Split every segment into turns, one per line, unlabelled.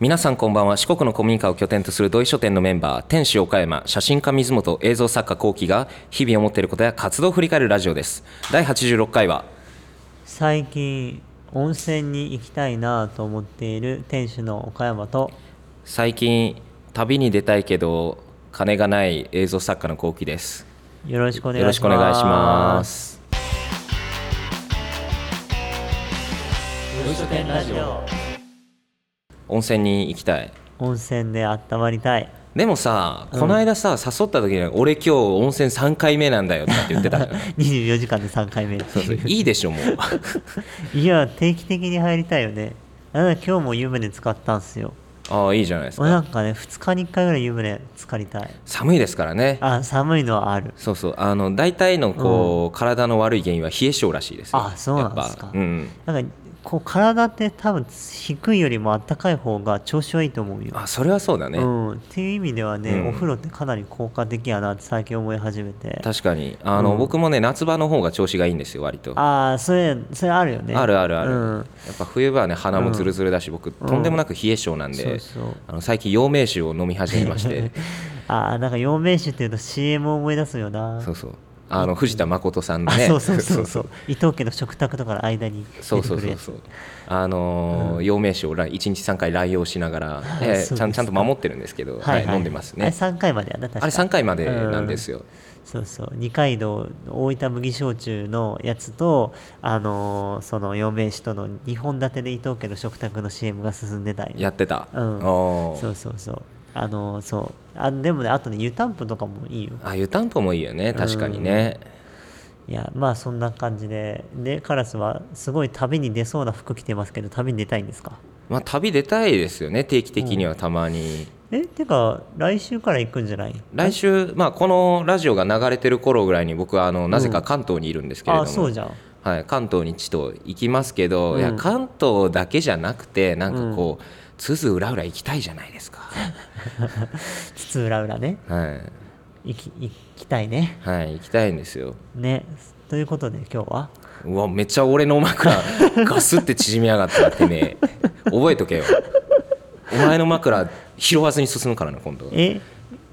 皆さんこんばんは四国の古民家を拠点とする土井書店のメンバー天使岡山写真家水本映像作家幸喜が日々思っていることや活動を振り返るラジオです第86回は
最近温泉に行きたいなと思っている店主の岡山と
最近旅に出たいけど金がない映像作家の幸喜です
よろしくお願
よろ
い
し
し
くお願いしま
ます土井書店ラジオ
温泉に行きたい
温泉で温まりたい
でもさこの間さ、誘った時に「俺今日温泉3回目なんだよ」とかって言ってた じゃん
24時間で3回目
そうそういいでしょもう
いや定期的に入りたいよねなんだ今日も湯船使ったんすよ
ああいいじゃないです
俺
か
なんかね2日に1回ぐらい湯船浸かりたい
寒いですからね
あ寒いのはある
そうそうあの大体のこう、体の悪い原因は冷え性らしいですよ
あそうなんですか
やっぱうん
なんかこう体って多分低いよりも暖かい方が調子はいいと思うよ
あそれはそうだね、
うん、っていう意味ではね、
うん
お風呂ってかなり効果的やなって最近思い始めて
確かにあの、
うん
僕もね夏場の方が調子がいいんですよ割とあ,、
ああそれそれあるよね
るあるある、
うん、
やっぱ冬場はね鼻もツルツルだし、僕とんでもなく冷え性なんで、
そうそう
あの最近陽明酒を飲み始めまして
ああなんか陽明酒っていうと CM を思い出すよな
そうそうあの藤田誠さんの
あ
ね
そうそうそ
そ
うそうう伊藤家の食卓とかの間に
そうそう
出てくる
そ
や
う
つ
そうあのー陽明酒を来1日3回乱用しながら、
あ そ
え
うで
ー
すか
ちゃんちゃんと守ってるんですけど、はい飲んでます
あれ
ね
3回までやな確か
あれ3回までなんです
よ、
よ、
そうそう二階堂大分麦焼酎のやつとあのーその陽明酒との2本立てで伊藤家の食卓の CM が進んでたんよ
やってた、
うん
おー
そうそうそうあのそうあでもねあとね湯たんぽとかもいいよ
あ湯たんぽもいいよね確かにね、
いやまあそんな感じででカラスはすごい旅に出そうな服着てますけど旅に出たいんですか
まあ旅出たいですよね定期的にはたまに、
えてか来週から行くんじゃない
来週、まあ、このラジオが流れてる頃ぐらいに僕はあのなぜか関東にいるんですけれど
あ
も、
あそうじゃん
はい、関東にちょっと行きますけど、
うん
いや関東だけじゃなくてなんかこう、津々浦々行きたいじゃないです か
津々浦々ね
はい、
行き行きたいね
はい、行きたいんですよ
ねということで今日は
うわめっちゃ俺の枕ガスって縮みやがったってね覚えとけよお前の枕拾わずに進むからね今度
え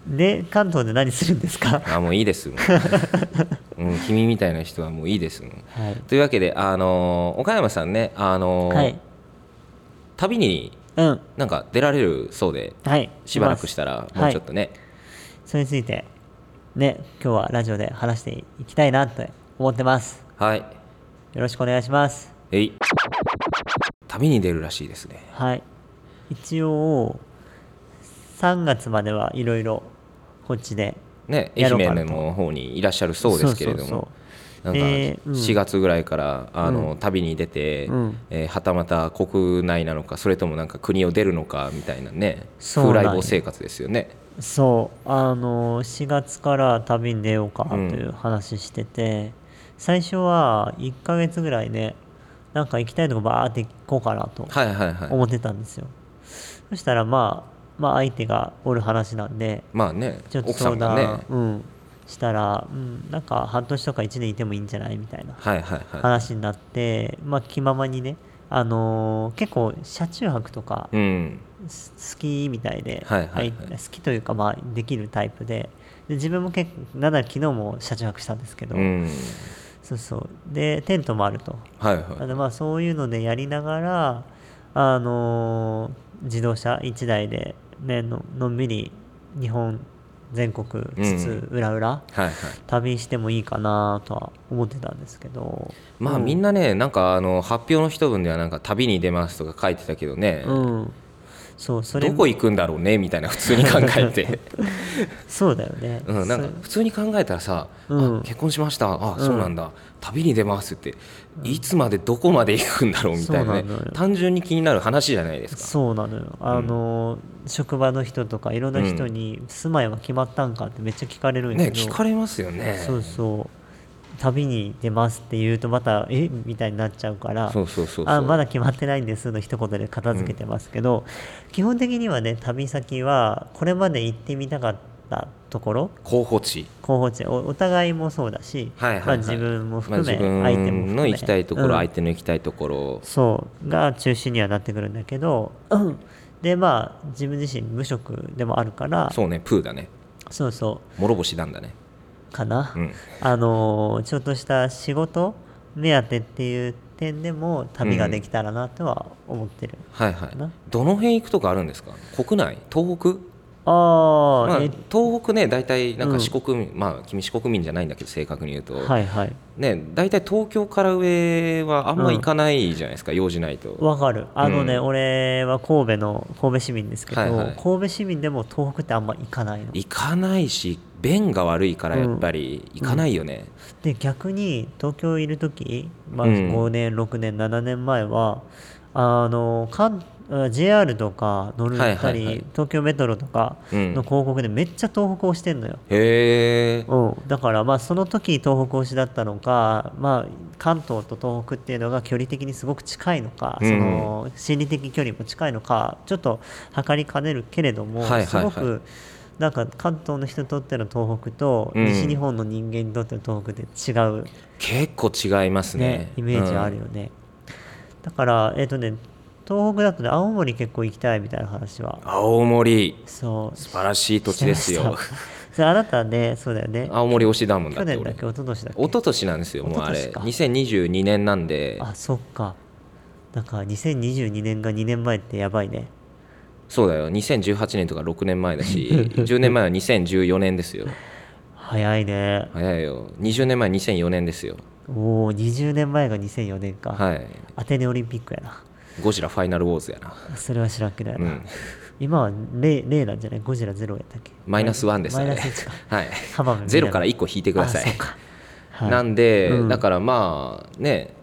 で関東で何するんですか
あもういいですもう、うん、君みたいな人はもういいですもう
はい
というわけであのー岡山さんねあのー
はい
旅に
うん
なんか出られるそうで
はい
しばらくしたら
します
もうちょっとね、
はいそれについてね今日はラジオで話していきたいなって思ってます
はい、
よろしくお願いします。
えい旅に出るらしいですね
はい。一応、3月まではいろいろこっちで。
ね愛
やろうか
媛
なと
の方にいらっしゃるそうですけれども
そうそう
なんか
でうん
4月ぐらいから、あの旅に出て、
うん
えーはたまた国内なのかそれともなんか国を出るのかみたいなね
そう
風
なんよ
来坊生活ですよね
そうそうあの、4月から旅に出ようかと
うん
いう話してて、最初は1ヶ月ぐらいね、なんか行きたいとこバーって行こうかなと
はいはいはい
思ってたんですよ。そしたらまあ、まあ相手がおる話なんで、
まあね
ちょっと
奥
相
様が
談、
ね
うん、したら、うん、なんか半年とか1年いてもいいんじゃないみたいな
はいはいは
話になって、まあ、気ままにね、あのー結構車中泊とか
いうん
す好きみたいで、
はいはいはい
好きというか、まあ、できるタイプでで自分も結構なんなら昨日も車中泊したんですけど、
うん
そうそうでテントもあると
はい
なの
は
でまあそういうのでやりながら、あのー自動車1台で、ね、ののんびり日本全国つつ裏裏
いはいはい
旅してもいいかなとは思ってたんですけど
まあみんなねなんかあの発表の一文ではなんか旅に出ますとか書いてたけどね、
うん、そうそれ
どこ行くんだろうねみたいな普通に考えて、
そうだよね、
うん、なんか普通に考えたらさ、
うん
あ結婚しましたあ、そうなんだ旅に出ますっていつまでどこまで行くんだろうみたいな,、ね
そうなのよ
単純に気になる話じゃないです
そ
か
そうなのよあの、職場の人とかいろんな人に住まいは決まったんかってめっちゃ聞かれるんや
ね
けど、
聞かれますよね
そうそう旅に出ますって言うとまたえみたいになっちゃうから
そうそうそうそう
あまだ決まってないんですの一言で片付けてますけど、基本的にはね旅先はこれまで行ってみたかったところ
候補地
候補地おお互いもそうだし、
はいはいはい
まあ、自分も含め、
まあ
相
自
手も
分
含め
の行きたいところ、
うん
相手の行きたいところ
そうが中心にはなってくるんだけど、でまあ自分自身無職でもあるから
そうねプーだね
そうそ
諸星なんだね
うかな、
うん
あのーちょっとした仕事目当てっていう点でも旅ができたらなとは思ってる、
はいはい
な
どの辺行くとかあるんですか国内東北
ああ、
まあ
え、
東北ね大体なんか四国民、まあ君四国民じゃないんだけど正確に言うと、
はいはい
ね大体東京から上はあんま行かないじゃないですか、用事ないと
わかるあのね、
うん
俺は神戸の神戸市民ですけど、
はいはい
神戸市民でも東北ってあんま行かないの
行かないし便が悪いからやっぱり行かないよね、
で逆に東京いる時、まあ、
うん
5年6年7年前はあの関あ JR とか乗る
はい
た
はい
り、
はい
東京メトロとか
うん
の広告でめっちゃ東北推してんのよ、
へえ
うん、だからまあその時東北推しだったのか、まあ、関東と東北っていうのが距離的にすごく近いのか、
うん
その心理的距離も近いのかちょっと測りかねるけれども、
はいはいはい
すごくなんか関東の人にとっての東北と
うん
西日本の人間にとっての東北で違う、
結構違いますね
ねイメージあるよね、だからえっ、とね東北だとね青森結構行きたいみたいな話は
うん青森
そう
素晴らしい土地です
してま
よ
したそれあなたねそうだよね
青森推しだもんだ
去
って
年だっ
俺
け一昨年だっけ
一昨年なんですよもうあれ
一昨
2022年なんで
あそっかなんか2022年が2年前ってやばいね
そうだよ2018年とか6年前だし 10年前は2014年ですよ
早いね
早いよ20年前2004年ですよ
おお20年前が2004年か、
はい
アテネオリンピックやな
ゴジラファイナルウォーズやな
それは知らんけどや
う
な、
ん
今は 0, 0なんじゃないゴジラ0やったっけ
マイナスワンです
マ
ね
イナス1 か
はい
浜辺
ゼロから1個引いて
て
ください
そうか、はい、
なんで、
うん
だからまあね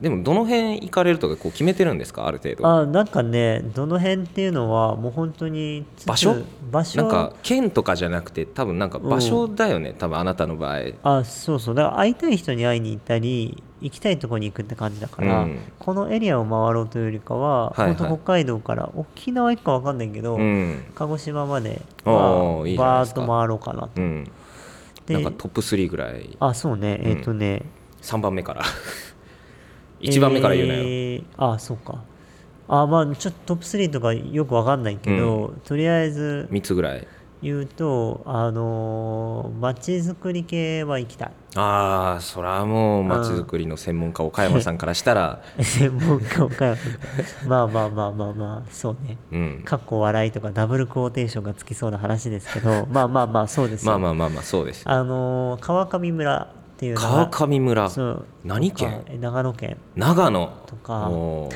でもどの辺行かれるとかこう決めてるんですかある程度
あなんかねどの辺っていうのはもう本当につつ
場所
場所
なんか県とかじゃなくて多分なんか場所だよね、多分あなたの場合
あそうそうだから会いたい人に会いに行ったり行きたいとこに行くって感じだから、
うん
このエリアを回ろうというよりかは、
はいはい
本当北海道から沖縄行くか分かんないけど、
うん
鹿児島まで、
お
まあ
ーいいじゃない
バ
で
ー
す
ッ
か
と回ろうかなと
うんなんか
で
トップ3ぐらい
あそうねえっ、とね、
3番目 から1番目から言うなよ、
えーあそうかあまあちょっとトップ3とかよく分かんないけど、とりあえず
3つぐらい
言うとあのー、街づくり系は行きたい
ああそらもうまちづくりの専門家岡山さんからしたら
専門家を変えまあまあまあまあまあそうね
うん
かっこ笑いとかダブルクォーテーションがつきそうな話ですけどまあまあまあそうですよ
まあまあまあまあそうですよ
あのー川上村っていうのが
川上村
そう
何
とか
県
え長野県
長野
とか
おー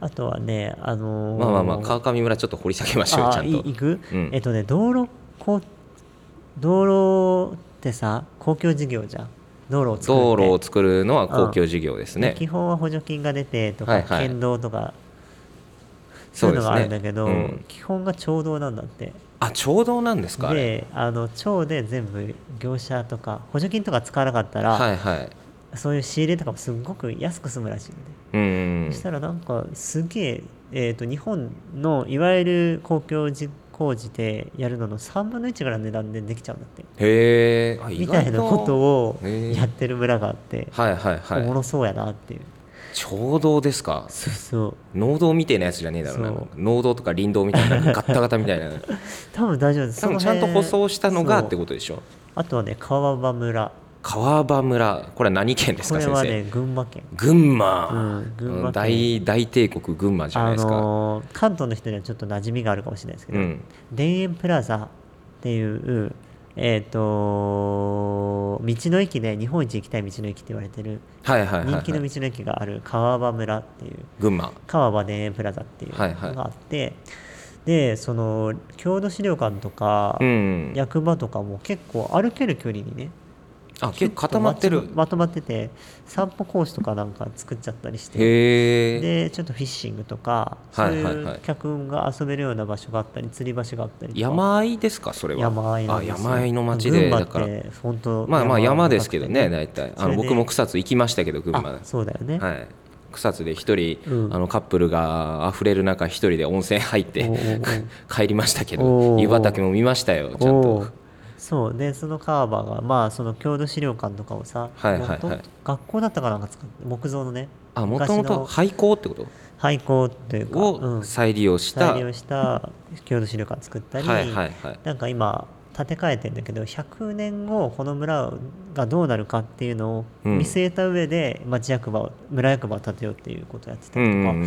あとはねあのー
まあまあまあ川上村ちょっと掘り下げましょう
あ
ちゃん
い行
と
く、
うん
えっとね道路こ道路ってさ公共事業じゃん道路を作って
道路を作るのは公共事業ですね
基本は補助金が出てとか、
はいはい
県道とか
そ
そ
うう
い
で
う
す
のがあるんだ
ね
けど、
うん
基本が町道なんだって
あちょうどなんですかあれ
であの町で全部業者とか補助金とか使わなかったら、
はいはい
そういう仕入れとかもすっごく安く済むらしいんで、
うん
そしたらなんかすげええーと日本のいわゆる公共事工事でやるのの3分の1ぐらいの値段でできちゃうんだって
へえあ意
みた
外
いなことを
へー
やってる村があって、
はいはい
おも
は
ろそうやなっていう
いちょうどですか
そうそう
農道みたいなやつじゃねえだろうな
そう
なんか農道とか林道みたいななんかガッタガタみたい な
多分大丈夫です
多分ちゃんと舗装したのがって
と
ことでしょ
あとはね川場村
川場村これは何県です
こ
か
れ
先
は
生
ね群馬県
群馬,、
うん群馬県
大大帝国群馬じゃない
あ
ですか、
のー関東の人にはちょっと馴染みがあるかもしれないですけど、
うん
田園プラザっていう、えっと道の駅で日本一行きたい道の駅って言われてる
はいはいはい、は
人
い、
気の道の駅がある川場村っていう
群馬
川場田園プラザっていうの
はいはい
があって、でその郷土資料館とか、
うん
役場とかも結構歩ける距離にね
あ結構固まってる
ままとまってて散歩コースとかなんか作っちゃったりして
へえ
でちょっとフィッシングとかそう
はい
い
はいはいう
客運が遊べるような場所があったり釣り橋があったりとか
山あいですかそれは
山あいなん
あ
ですよ
山あいの町で
群馬
だ
っ
から
て本当
まあまあ山ですけどね
山
大体あ
そ
の
れで
僕も草津行きましたけど群
が
馬
あそうだよね、
はい草津で一人、
うん
あのカップルが溢れる中一人で温泉入って
おうおう
帰りましたけ
おうお
ど
う
湯畑も見ましたよちゃん
お
と
ーそうでその川場がまあその郷土資料館とかをさ、
はいはいはい
元々学校だったかなんか作って木造のね
あもとも
昔の
と廃校ってこと
廃校というか、う
を
ん
再利用した、
再利用した郷土資料館作ったり、
はいはいはい
なんか今建て替えてんだけど100年後この村がどうなるかっていうのを
うん
見据えた上で町役場を村役場を建てようっていうことをやってた
う
りとか、
んうんうん、
なん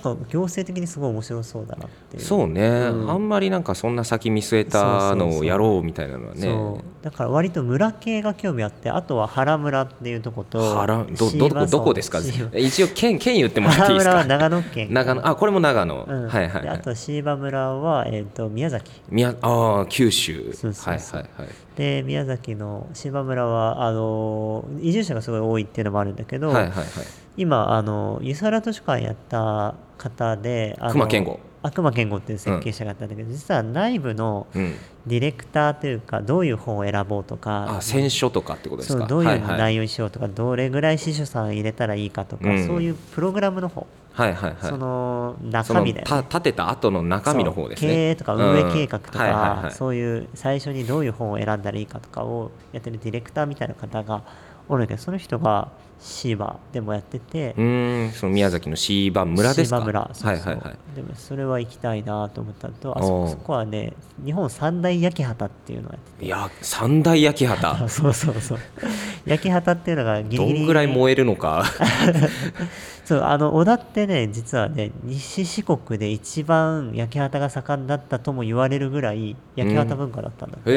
か行政的にすごい面白そうだなっていう
そうね、
うん
あんまりなんかそんな先見据えたのをやろうみたいなのはね
そうだから割と村系が興味あってあとは原村っていうとこと
原ど
椎
どど
葉村
こどこですか
椎葉
一応県県言ってもらっていい
原
で す
村は
か
長野県
長野あこれも長野、
うん
はいはい
で
は
あ
い
と椎葉村は、えー、と宮崎
宮ああ九州
そうそうそう
はいはいはい
で宮崎の椎葉村はあの移住者がすごい多いっていうのもあるんだけど、
はいはいはい
今あの湯沢図書館やった方であの
熊健吾
あ熊健吾っていう設計者があったんだけど、実は内部の
うん
ディレクターというかどういう本を選ぼうとか
あ選書とかってことです
そ
か
うどういう
はいはい
内容にしようとか、どれぐらい司書さん入れたらいいかとか、
うん
そういうプログラムの方、
はいはいはい
その
そ
中
の
身だよね
た立てた後の中身の方ですね
そう経営とか運営計画と
うんはい
か、
はいはい
そういう最初にどういう本を選んだらいいかとかをやってるディレクターみたいな方がおるんだけどその人がシーバでもやってて
うーんその宮崎の椎葉村ですか
シーバ村そうそう
はいはいはい
でもそれは行きたいなと思ったのとあそ
お
こ
う
そこはね日本三大焼き畑っていうのをやってて
いや三大焼き
あ
畑
そうそうそう焼き畑っていうのがギ
ど
リギリ
んぐらい燃えるの か
そうあの小田ってね実はね西四国で一番焼き畑が盛んだったとも言われるぐらい焼き畑文化だったんだって、
へ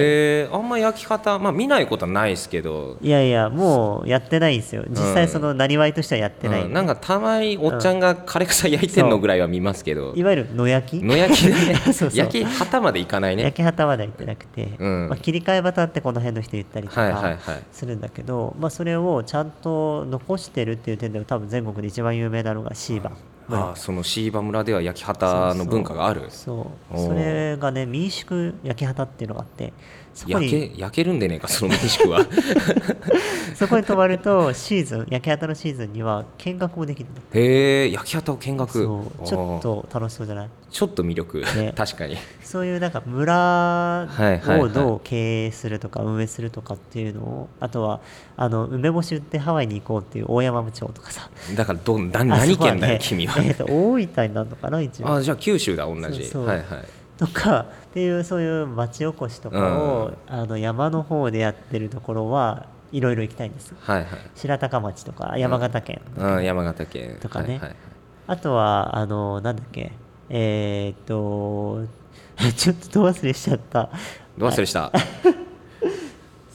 えあんま焼き方まあ見ないことはないですけど
いやいやもうやってないんですよ実際そのなりわいとしてはやってない、
うん、なんかたまにおっちゃんが枯れ草焼いてんのぐらいは見ますけど
いわゆる野焼き
野焼きだね
そうそう
焼き旗までいかないね
焼き畑までは行ってなくて、
うん
まあ、切り替え畑ってこの辺の人言ったりと
はいはい
か
はい
するんだけど、まあ、それをちゃんと残してるっていう点では多分全国で一番有名なのがシーバ
ああその椎葉村では焼き畑の文化がある
そう
おー
それがね民宿焼き畑っていうのがあってそこ
焼
に
け焼けるんでねえかその民宿は
そこに泊まるとシーズン焼 き畑のシーズンには見学もできるんだって
へえ焼き畑を見学
そうちょっ
ああ
と楽しそうじゃない
ちょっと魅力、
ね
確かに
そういうなんか村
はいはいは
を
い
どう経営するとか運営するとかっていうのをあとはあの梅干し売ってハワイに行こうっていう大山部長とかさ
だからどんな何県だよ、
あそこ
君
ね
は
えーと大分になるのかな一
あ
応
あじゃあ九州だ同じ
そうそう
はいはい
とかっていうそういう町おこしとかを、あの山の方でやってるところはいろいろ行きたいんです
はいはい
白鷹町とか山形県、
うん、山形県
とかね
はいはいはい
あとはあのなんだっけえっ、と ちょっとど忘れしちゃった
どう忘れした、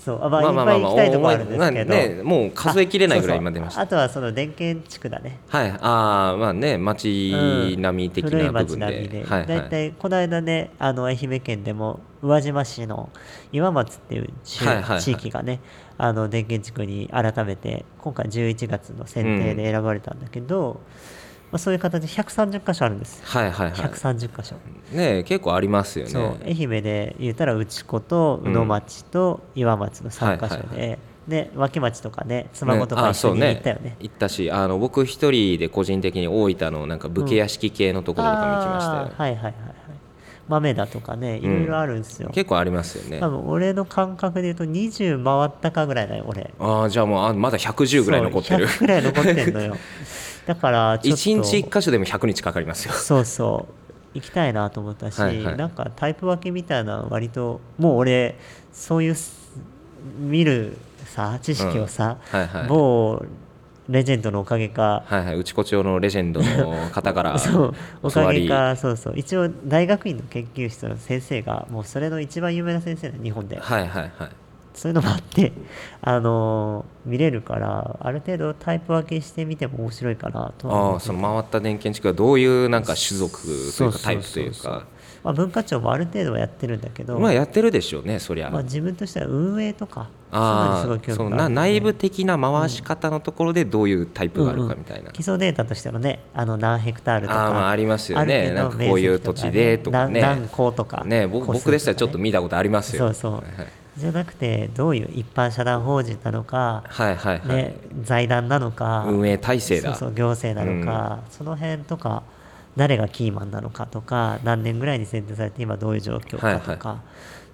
そうあまあいっぱい行きたいところあるんですけど、
おおね、もう数えきれないぐらい今
ま
出
で
ました
あとはその電源地区だね
はいああまあね町並み的
古
な
い
部
町
分で、
並みで、
はい
だいた
はい
いこの間ねあの愛媛県でも宇和島市の岩松っていう地,、
はいはいはい
地域がねあの電源地区に改めて今回11月の選定で選ばれたんだけど、まあ、そういう形で130箇所あるんですよ
はいはいは
130箇所、
いね結構ありますよね
そう愛媛で言ったら内子と宇野町と岩松の3箇所で、
はい
で脇町とかね妻子と
ね
か
あ
一緒に行ったよ
そう
ね
行ったしあの僕一人で個人的に大分のなんか武家屋敷系のところとかも行きましたよ
あーはいはいはいはい豆だとかねいろいろあるんですよ、
結構ありますよね
多分俺の感覚で言うと20回ったかぐらいだよ俺
ああじゃあもうあまだ110ぐらい残ってる
そう100ぐらい残ってんの よだからちょっと
一日一箇所でも100日かかりますよ
そうそう行きたいなと思ったし、
はいはい
なんかタイプ分けみたいなの割ともう俺そういうす見るさ知識をさ、
うんはいはい
某レジェンドのおかげか
はいはい内子町のレジェンドの方から
そうお
教
か
わ
げ
り
かそうそう一応大学院の研究室の先生がもうそれの一番有名な先生だ日本で
はいはいはい
そういうのもあってあのー見れるからある程度タイプ分けしてみても面白いかなとは思
あ
う
あその回った電源地区はどういうなんか種族と
そ
いううか
そう
タイプという
そうそう
か
まあ、文化庁もある程度はやってるんだけど、
ま
ま
あ
あ
やってるでしょうねそりゃ
自分としては運営とか
あ
そういうのにす
あ
ごい
そう
興味が
な
ある
内部的な回し方のところでどういうタイプがあるかみたいな、
基礎データとしてのねあの何ヘクタールとか
あーまあありますよね
ある程度
なんかこういう
面積
土地でとかね
何何校とか
ね僕
個数
僕でしたらちょっ
か
と
ね
見たことありますよ
そうそう
はい
じゃなくてどういう一般社団法人なのか、
はいはいはい、
ね、財団なのか
運営体制だ
そうそう行政なのか、その辺とか誰がキーマンなのかとか何年ぐらいに選定されて今どういう状況かとか、
はい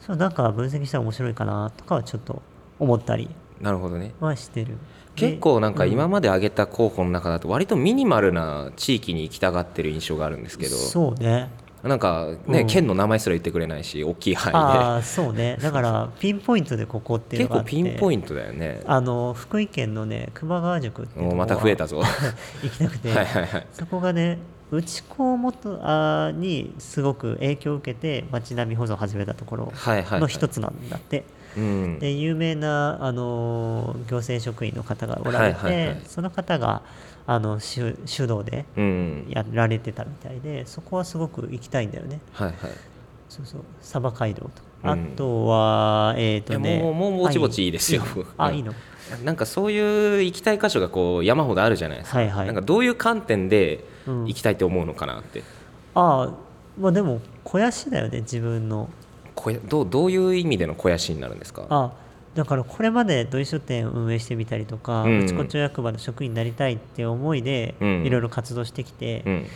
そうなんか分析したら面白いかなとかはちょっと思ったり
なるほどね
はしてる
結構なんか今まで挙げた候補の中だと割とミニマルな地域に行きたがってる印象があるんですけ
で
ど
そうね
なんかね、
うん
県の名前すら言ってくれないし大きい範
ああそうねだからピンポイントでここっ
囲
て
で
いう
結構
のがあって
ピンポイントだよね
あの福井県のね熊川塾っていうと
もう
こ
また増えたぞは
行きたくて
い はいはい
そこがね内子元あにすごく影響を受けて町並み保存を始めたところ
はいはい
の一つなんだって、
うん
で有名な、あのー行政職員の方がおられて、
はいはいはい
その方があの主主導で
うん
やられてたみたいでそこはすごく行きたいんだよね
はいはい
そうそうサバ街道と
うん
あとは、えっ、と
い
ね
やもうもうぼちぼち
あ
いいですよ
あ
うん
いいの
なんかそういう行きたい箇所がこう山ほどあるじゃないですか,、
はいはい
なんかどういう観点で
うん
行きたいと思うのかなって、
ああまあでも肥やしだよね自分の
こやどうどういう意味での肥やしになるんですか
あだからこれまで土井書店を運営してみたりとか、
うん
内子町役場の職員になりたいって思いで、
うん
いろいろ活動してきて、
うん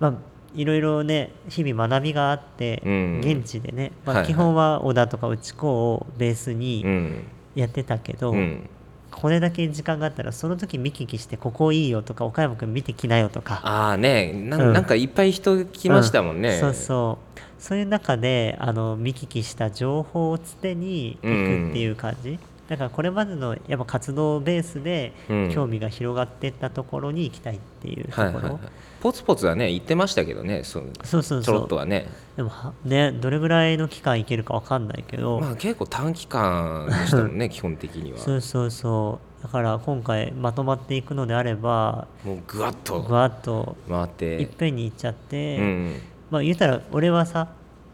まあいろいろね日々学びがあって、
うん
現地でね、
は
ま
い
あ、
はい
基本は小田とか内子をベース
う
に
ん
やってたけど、
うん
これだけ時間があったらその時見聞きしてここいいよとか岡山君見てきなよとか
ああねな,、、
うんん
なんかいっぱい人来ましたもんね、
うんそうそうそういう中であの見聞きした情報をつてに行くっていう感じ、だからこれまでのやっぱ活動ベースで
うん
興味が広がってったところに行きたいっていうとこ
は
ろ、
いはいはい、ポツポツはね言ってましたけどねその
そうそう
ちょ
そ
ろっと
う
はね
でもはねどれぐらいの期間行けるかわかんないけど、
まあ結構短期間でしたもんね基本的には
そうそうそうだから今回まとまっていくのであれば
もうぐわっと
ぐわっと
回っ、
いってぺんに行っちゃって、
うん、
まあ言うたら俺はさ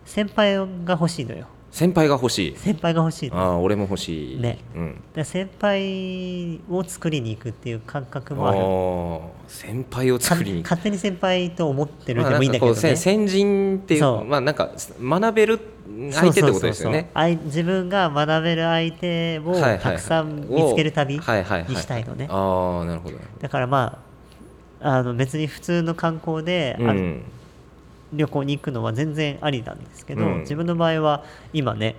先輩が欲しいのよ
先輩が欲しい
先輩が欲しいの
ああ俺も欲しい
ね
うん
で先輩を作りに行くっていう感覚もある
ああ先輩を
か
作りに行く
勝手に先輩と思ってる
まあ
でもいいんだけど
なんかこうせ
ね
先人っていう
そう
まあなんか学べる
そ
相
う
手って
そう
こと
そう
です
そ
よ
う
ね
あい自分が学べる相手を
はいはいはい
たくさん見つける旅に
はいはいはい
したいのね
ああなるほど
だからまああの別に普通の観光で、
う
あ
ん
旅行に行くのは全然ありなんですけど、
うん
自分の場合は今ね、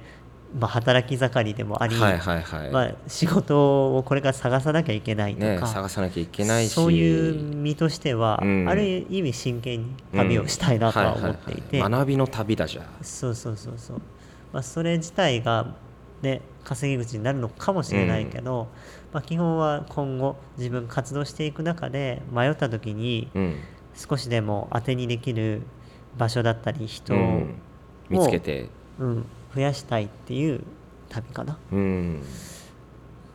まあ、働き盛りでもあり、
はいはいはい、
まあ、仕事をこれから探さなきゃいけないとか、
ね探さなきゃいけないし
そういう身としては、
うん
ある意味真剣に旅をしたいなとは思ってい
う
て、
んはいはいはい学びの旅だじゃあ
そうそうそうそう、まあ、それ自体がね稼ぎ口になるのかもしれないけど、まあ、基本は今後自分活動していく中で迷った時に
うん
少しでも当てにできる場所だったり人を、
う
うんん
見つけて
増やしたいっていう旅かな、
うん、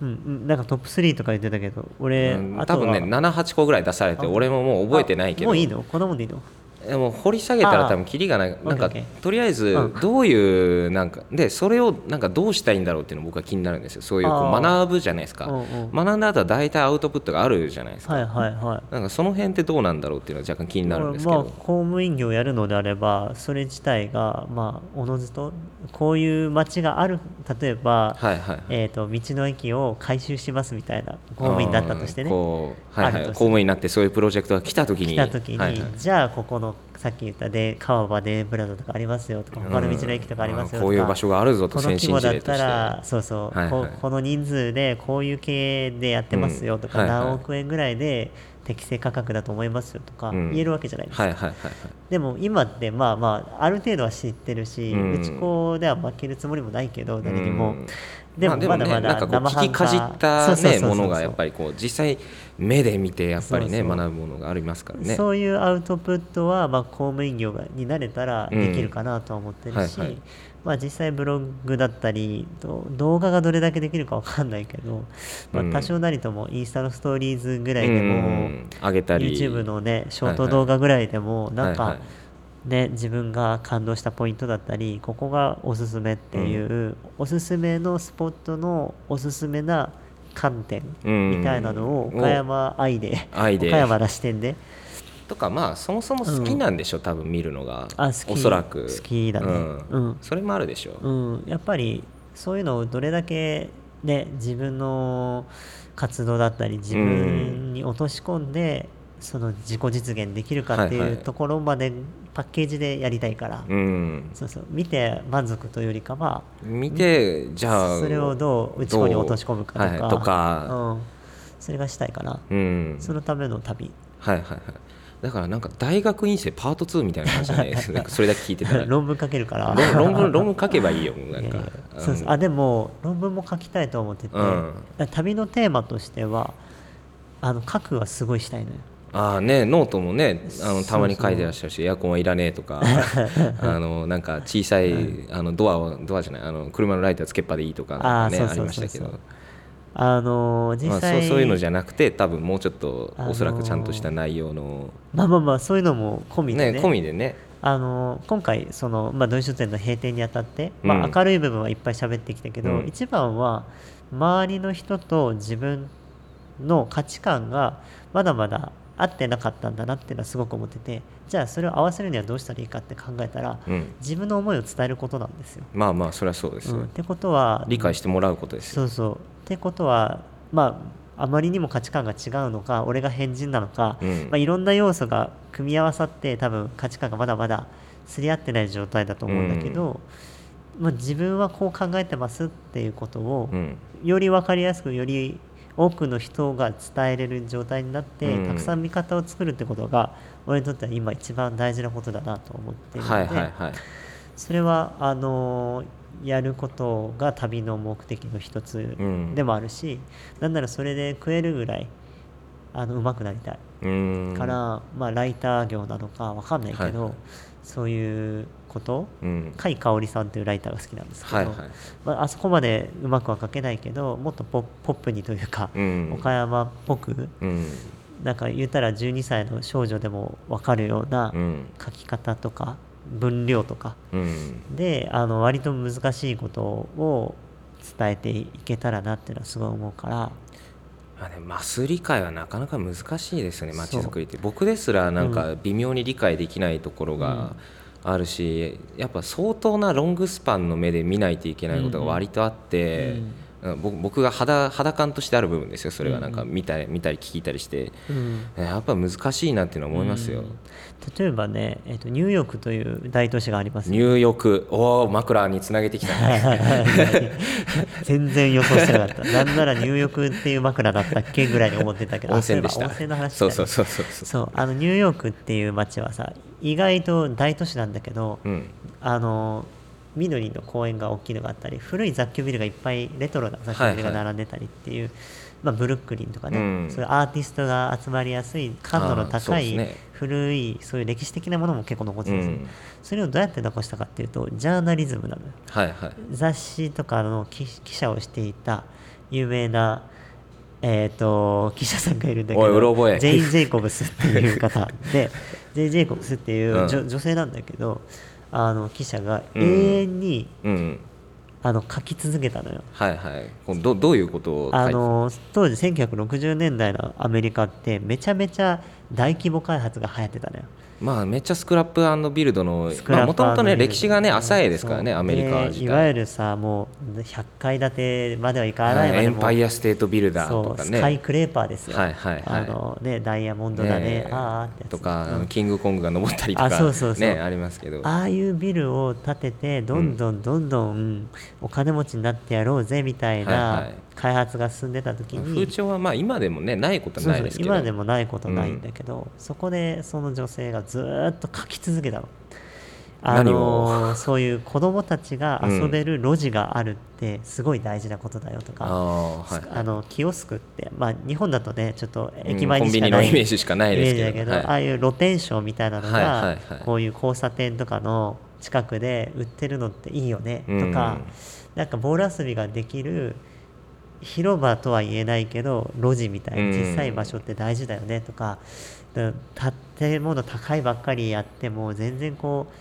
うんうん、なんかトップ3とか言ってたけど俺、
うん
あ
多
とは
分ね78個ぐらい出されて
あ
俺ももう覚えてないけど
あもういいのこんなもんでいいの
でも掘り下げたら
あー
多分キリがないなん
オ
か
ッケーオッケ
とりあえず
うん
どういうなんかでそれをなんかどうしたいんだろうっていうの僕は気になるんですよそういうこ
あ
う
ー
学ぶじゃないですか
うんうん
学んだ後は大体アウトプットがあるじゃないですか
はいはいはい
なんかその辺ってどうなんだろうっていうのは若干気になるんですけ
まあ、
ど
公務員業をやるのであればそれ自体がまあおのずとこういう町がある例えば、
はいはいはい
えー、と道の駅を改修しますみたいな公務員だったとして
あー
ね
こうはいは
あ
い公
るとして
務員になってそういうプロジェクトが来た時に
来た時に、
はいはい
じゃあここのさっき言ったで川場でプラザとかありますよとか他の道の駅とかありますよとか、
うんこういう場所があるぞと
この
先
規
進
模
事
だっ
例と
た
して
らそうそう、
はいはい
ここの人数でこういう経営でやってますよとか、
うんはいはい
何億円ぐらいで適正価格だと思いますよとか
うん
言えるわけじゃないですか、
はいはいはいはい
でも今ってまあまあある程度は知ってるし、
うん
うち子では負けるつもりもないけど誰に
う
も、
ん
でも
あ
まだま
ね、
だ
なんかこう聞きかじった、ね、ものがやっぱりこう実際目で見てやっぱりね
そうそう
学ぶものがありますから
り
ね
そういうアウトプットはまあ公務員業がになれたらできるかなとは思ってるし、
うんはいはい
まあ、実際ブログだったりと動画がどれだけできるかわかんないけど、まあ
うん、
多少なりともインスタのストーリーズぐらいでも、
うん上げたり
YouTube のねショー
は
ト
いはい
動画ぐらいでもなん
はい
か
は
ね自分が感動したポイントだったりここがおすすめっていうおすすめのスポットのおすすめな観点
うん
みたいなのを岡山愛で
愛で
岡山な視点で
とかまあそもそも好きなんでしょ、多分見るのが
あ好
お
き
そらく
好きだね
うん
うん
それもあるでしょう、
うんやっぱりそういうのをどれだけね自分の活動だったり自分に落とし込んでその自己実現できるかって
はい
い
は
う
い
ところまでパッケージでやりたいから、
うん
そうそう見て満足というよりかは
見てじゃあ
それをどう内子に落とし込むかとか,、
はい、とか、
うん、それがしたいかな、
うん、
そのための旅
はいはいはいだからなんか大学院生パート2みたいな感じじゃ ないですなんかそれだけ聞いてたら
論文書けるから
論論文論文書けばいいよなんか
いやいやそうそうあでも論文も書きたいと思ってて、
うん
旅のテーマとしてはあの書くはすごいしたいのよ
ああねノートもねあ
そ
の
う
たまに書いてらっしゃるしエアコンはいらねえと かあのなんか小さいあのドアをドアじゃないあの車のライトはつけっぱでいいとかな
あ
んか
ー
ねあ
そうそう
り
そうそう
ましたけど、
あのー
まあ、
実
そう
際、
そういうのじゃなくて多分もうちょっと
あのー
おそらくちゃんとした内容の、
まあまあまあそういうのも込みで
ね
ね
込みでね
あのー今回その、まあ、文書店の閉店にあたって、ま
う
あ、
ん
明るい部分はいっぱい喋ってきたけど、
うん
一番は周りの人と自分の価値観がまだまだ合ってなかったんだなっていうのはすごく思っててじゃあそれを合わせるにはどうしたらいいかって考えたら、
うん
自分の思いを伝えることなんですよ。
まあまあそれはそうです、
うん、ってことは
理解してもらうことですよ
そうそうってことはまああまりにも価値観が違うのか俺が変人なのか、
うん
まあ、いろんな要素が組み合わさって多分価値観がまだまだすり合ってない状態だと思うんだけど、まあ、自分はこう考えてますっていうことを、
うん
より分かりやすくより多くの人が伝えれる状態になって、
うん
たくさん味方を作るってことが俺にとっては今一番大事なことだなと思っているので、
はいはいはい
それはあのやることが旅の目的の一つ
うん
でもあるし、なんならそれで食えるぐらいあの上手くなりたい、
うん
から、まあ、ライター業なのかわかんないけど、
はいはい
そういうこと
うん
甲斐かおりさんというライターが好きなんですけど、
はいはい
まあ、あそこまでうまくは書けないけどもっとポポップにというか、
うん
岡山っぽく
うん
なんか言ったら12歳の少女でもわかるような
うん
書き方とか分量とか
うん
であの割と難しいことを伝えていけたらなっていうのはすごい思うから
まあね、マス理解はなかなか難しいですよね街づくりって僕ですらなんか微妙に理解できないところがあるし、やっぱ相当なロングスパンの目で見ないといけないことが割とあって、うん僕僕が肌肌感としてある部分ですよそれはなんか見たり見たり聞いたりして、やっぱ難しいなっていうのは思いますよ。
例えばね、えっとニューヨークという大都市がありますよ
入浴おお枕につなげてき たね
全然予想してなか ったなんなら入浴っていう枕だったっけぐらいに思ってたけどあ
温泉でした
そういえば温泉の話だ
そう
ね
そうそうそうそ
そうあのニューヨークっていう街はさ意外と大都市なんだけど、
う、うん、
あの緑の公園が大きいのがあったり古い雑居ビルがいっぱいレトロな雑居ビルが並んでたりっていう、まあ、ブルックリンとかね、
うん
そういうアーティストが集まりやすい感度の
あーそう
高
です
い、
ね
古いそういう歴史的なものも結構残ってるんですよ、
うん
それをどうやって残したかっていうとジャーナリズムなのよ
はいはい
雑誌とかの記記者をしていた有名な、えー、と記者さんがいるんだけ
おいうろ覚
ど
え
ジェイン・ジェイコブスっていう方でジェイン・ジェイコブスっていう女,、
うん
女性なんだけどあの記者が
うん
永遠に、
うん
あの書き続けたのよ。
はいはいこうどどういうことを書いて
あの当時1960年代のアメリカってめちゃめちゃ大規模開発が流行ってたのよ。
まあめっちゃスクラップビルドの
スク
まあ
ラッ
も
パ
と
ー
もと
の
ね
ビルド
歴史がね浅いですからね
そう
アメリカ自体
でいわゆるさもう100階建てまではいか
は
ない
い
まで
エ
も
ンパイアステートビルダー
そ
と
う
か
スカイ
ね
クレーパーですよ、
はいはいはい
あのね、ダイヤモンドだね
ね
あーってやつ
とかあ
う
の
ん
キングコングが登ったりと
あそうそ
か
うそう
ねありますけど
ああいうビルを建ててどんどんどんどんお金持ちになってやろうぜみたい
はいは
ない開発が進んでた時に、
風潮はまあ今でもねないことは
そう
ない
そ
うですけど
今でもないことないんだけど、そこでその女性がずーっと書き続けたの。あ
何
の
を
ーそういう子供たちが遊べる路地があるってすごい大事なことだよと
あ
か、
あはい
あのキオスクって、まあ、日本だとねちょっと駅
うん
前
コ
に
ン
し
ビ
か
ニ
な
の
い、
イメージしかないです
イメージ
け
だ
ど
けど、
はい
ああいう露天商みたいなのが、
はいはいはい
こういう交差点とかの近くで売ってるのっていいよね
うん
とか、なんかボール遊びができる広場とは言えないけど路地みたいな小さい場所って大事だよねとか,、だ建物高いばっかりやっても全然こう。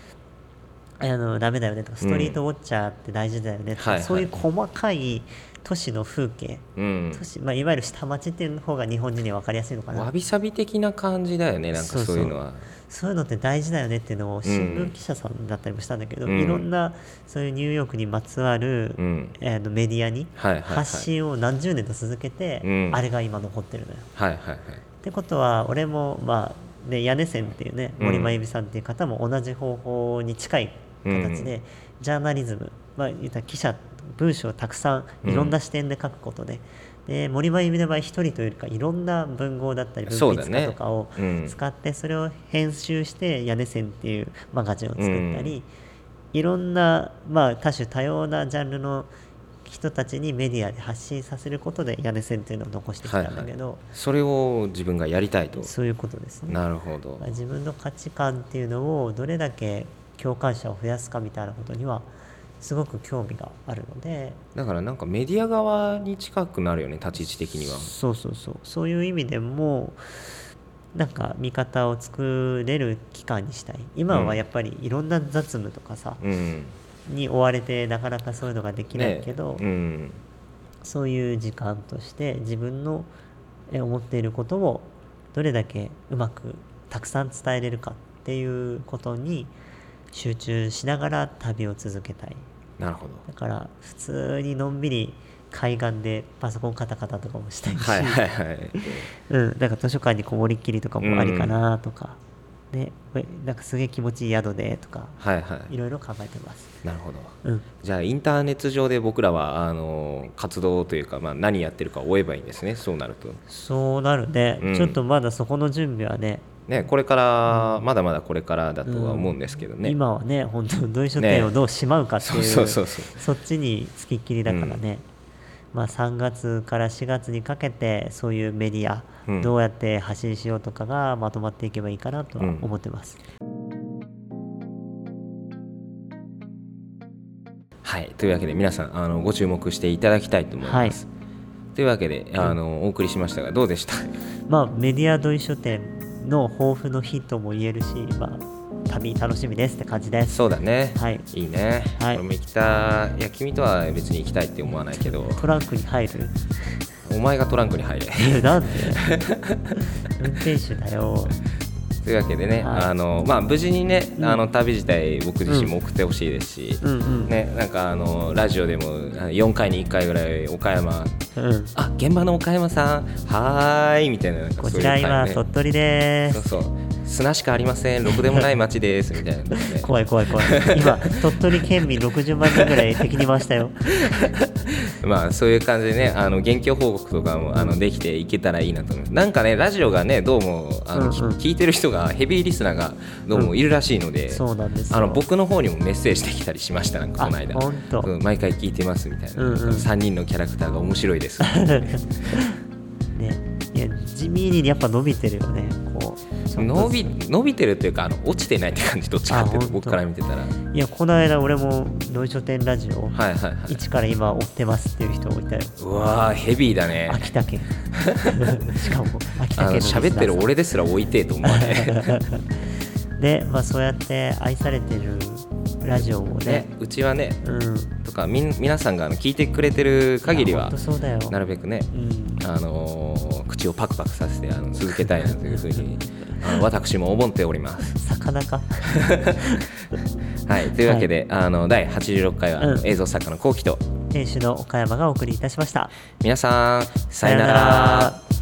あのダメだよねとかストリートウォッチャーって大事だよねとか、
はいはい
そういう細かい都市の風景、
うん
都市まあ、いわゆる下町っていう方が日本人には分かりやすいのかな
わびさび的な感じだよねなんか
そうそ
そうういうのは
そういうのって大事だよねっていうのを新聞記者さんだったりもしたんだけど、
うん
いろんなそういうニューヨークにまつわる、
うん
えーのメディアに
はいはいはい
発信を何十年と続けて、
うん
あれが今残ってるのよ。
はいはいはい
ってことは俺もまあね屋根線っていうね
うん
森真由美さんっていう方も同じ方法に近い形で、
う
ジャーナリズム、まあ、言ったら記者文章をたくさんいろんな視点で書くことで,、で森真由美の場合一人というよりかいろんな文豪だったり
そ
文
うだ
筆家
ね
とかを
うん
使ってそれを編集して「屋根線」っていうマガジンを作ったり、いろんな、まあ、多種多様なジャンルの人たちにメディアで発信させることで屋根線っていうのを残してきたんだけど、
それを自分がやりたいと
そういうことですね。
なるほど
まあ自分の価値観っていうのをどれだけ共感者を増やすかみたいなことにはすごく興味があるので
だからなんかメディア側に近くなるよね立ち位置的には
そうそうそうそういう意味でもなんか見方を作れる期間にしたい今はやっぱりいろんな雑務とかさ、
うん
に追われてなかなかそういうのができないけど、
ねうん
そういう時間として自分のえ思っていることをどれだけうまくたくさん伝えれるかっていうことに集中しながら旅を続けたい
なるほど
だから普通にのんびり海岸でパソコンカタカタとかもしたいし、
はいはいはい
うん、なんか図書館にこもりっきりとかもありかなとか、ねえなんかすげえ気持ちいい宿でとか
はいはい
いろいろ考えてます。
なるほど
うん
じゃあインターネット上で僕らはあの活動というか、まあ、何やってるかを追えばいいんですねそうなると、
そうなるね、
うん
ちょっとまだそこの準備はね
ね、これから、まだまだこれからだとは思うんですけどね、
今はね本当同意書店をどうしまうかっていう,、
ねそうそうそう
っちに付きっきりだからね、まあ、3月から4月にかけてそういうメディ
う
ア、
ん
どうやって発信しようとかがまとまっていけばいいかなとは思ってます、
はいというわけで皆さんあのご注目していただきたいと思います、というわけであのお送りしましたがどうでした
まあメディア同意書店の抱負の日とも言えるし、まあ、旅楽しみですって感じです
そうだね。
はい
いいね。
はい
俺も行きたい。いや、君とは別に行きたいって思わないけど、
トランクに入る
お前がトランクに 入れ。
えなんで運転手だよ
というわけでね、
はい
あのまあ、無事にね、あの旅自体、僕自身も送ってほしいですし、
うんうん、
ね、なんかあのラジオでも4回に1回ぐらい、岡山、
うん、
あ現場の岡山さん、はーいみたいな、なんか
こ
そうい
ち
う
ら
回
今
ね
鳥取です
そうそう、砂しかありません、ろくでもない町ですみたいな、ね。
怖い怖い怖い今鳥取県民60万人ぐらい敵に回したよ
まあそういう感じでねあの現況報告とかもあのできていけたらいいなと思いますなんかねラジオがねどうもあの、
うんうん
き聞いてる人がヘビーリスナーがどうもいるらしいので、
そうなんですよ
あの僕の方にもメッセージできたりしましたなんか
あ
この間
ほんと
うん毎回聞いてますみたいな、
うんうん
3人のキャラクターが面白いです
ねいや地味にやっぱ伸びてるよねこうちょっと
伸び伸びてるっていうかあの落ちてないって感じどっちかっていうと
あほんと
僕から見てたらはい
いやこの間俺も同書店ラジオ
はいはい
一から今追ってますっていう人もいたよ
うわーヘビーだね
秋 田県しかも秋
あの
田県のリスナーさん
喋ってる俺ですら置いてえと思わない
でまあそうやって愛されてるラジオもね
ねうちはね
うん
とかみん皆さんがあの聞いてくれてる限り
いやほ
は
んとそうだよ
なるべくね、
うん
あのー口をパクパクさせてあの続けたいなというふうにあの私も思っております。
魚か
はい、というわけで、あの第86回は、
うん
映像作家のこうきと
店主の岡山がお送りいたしました
皆さんさよなら。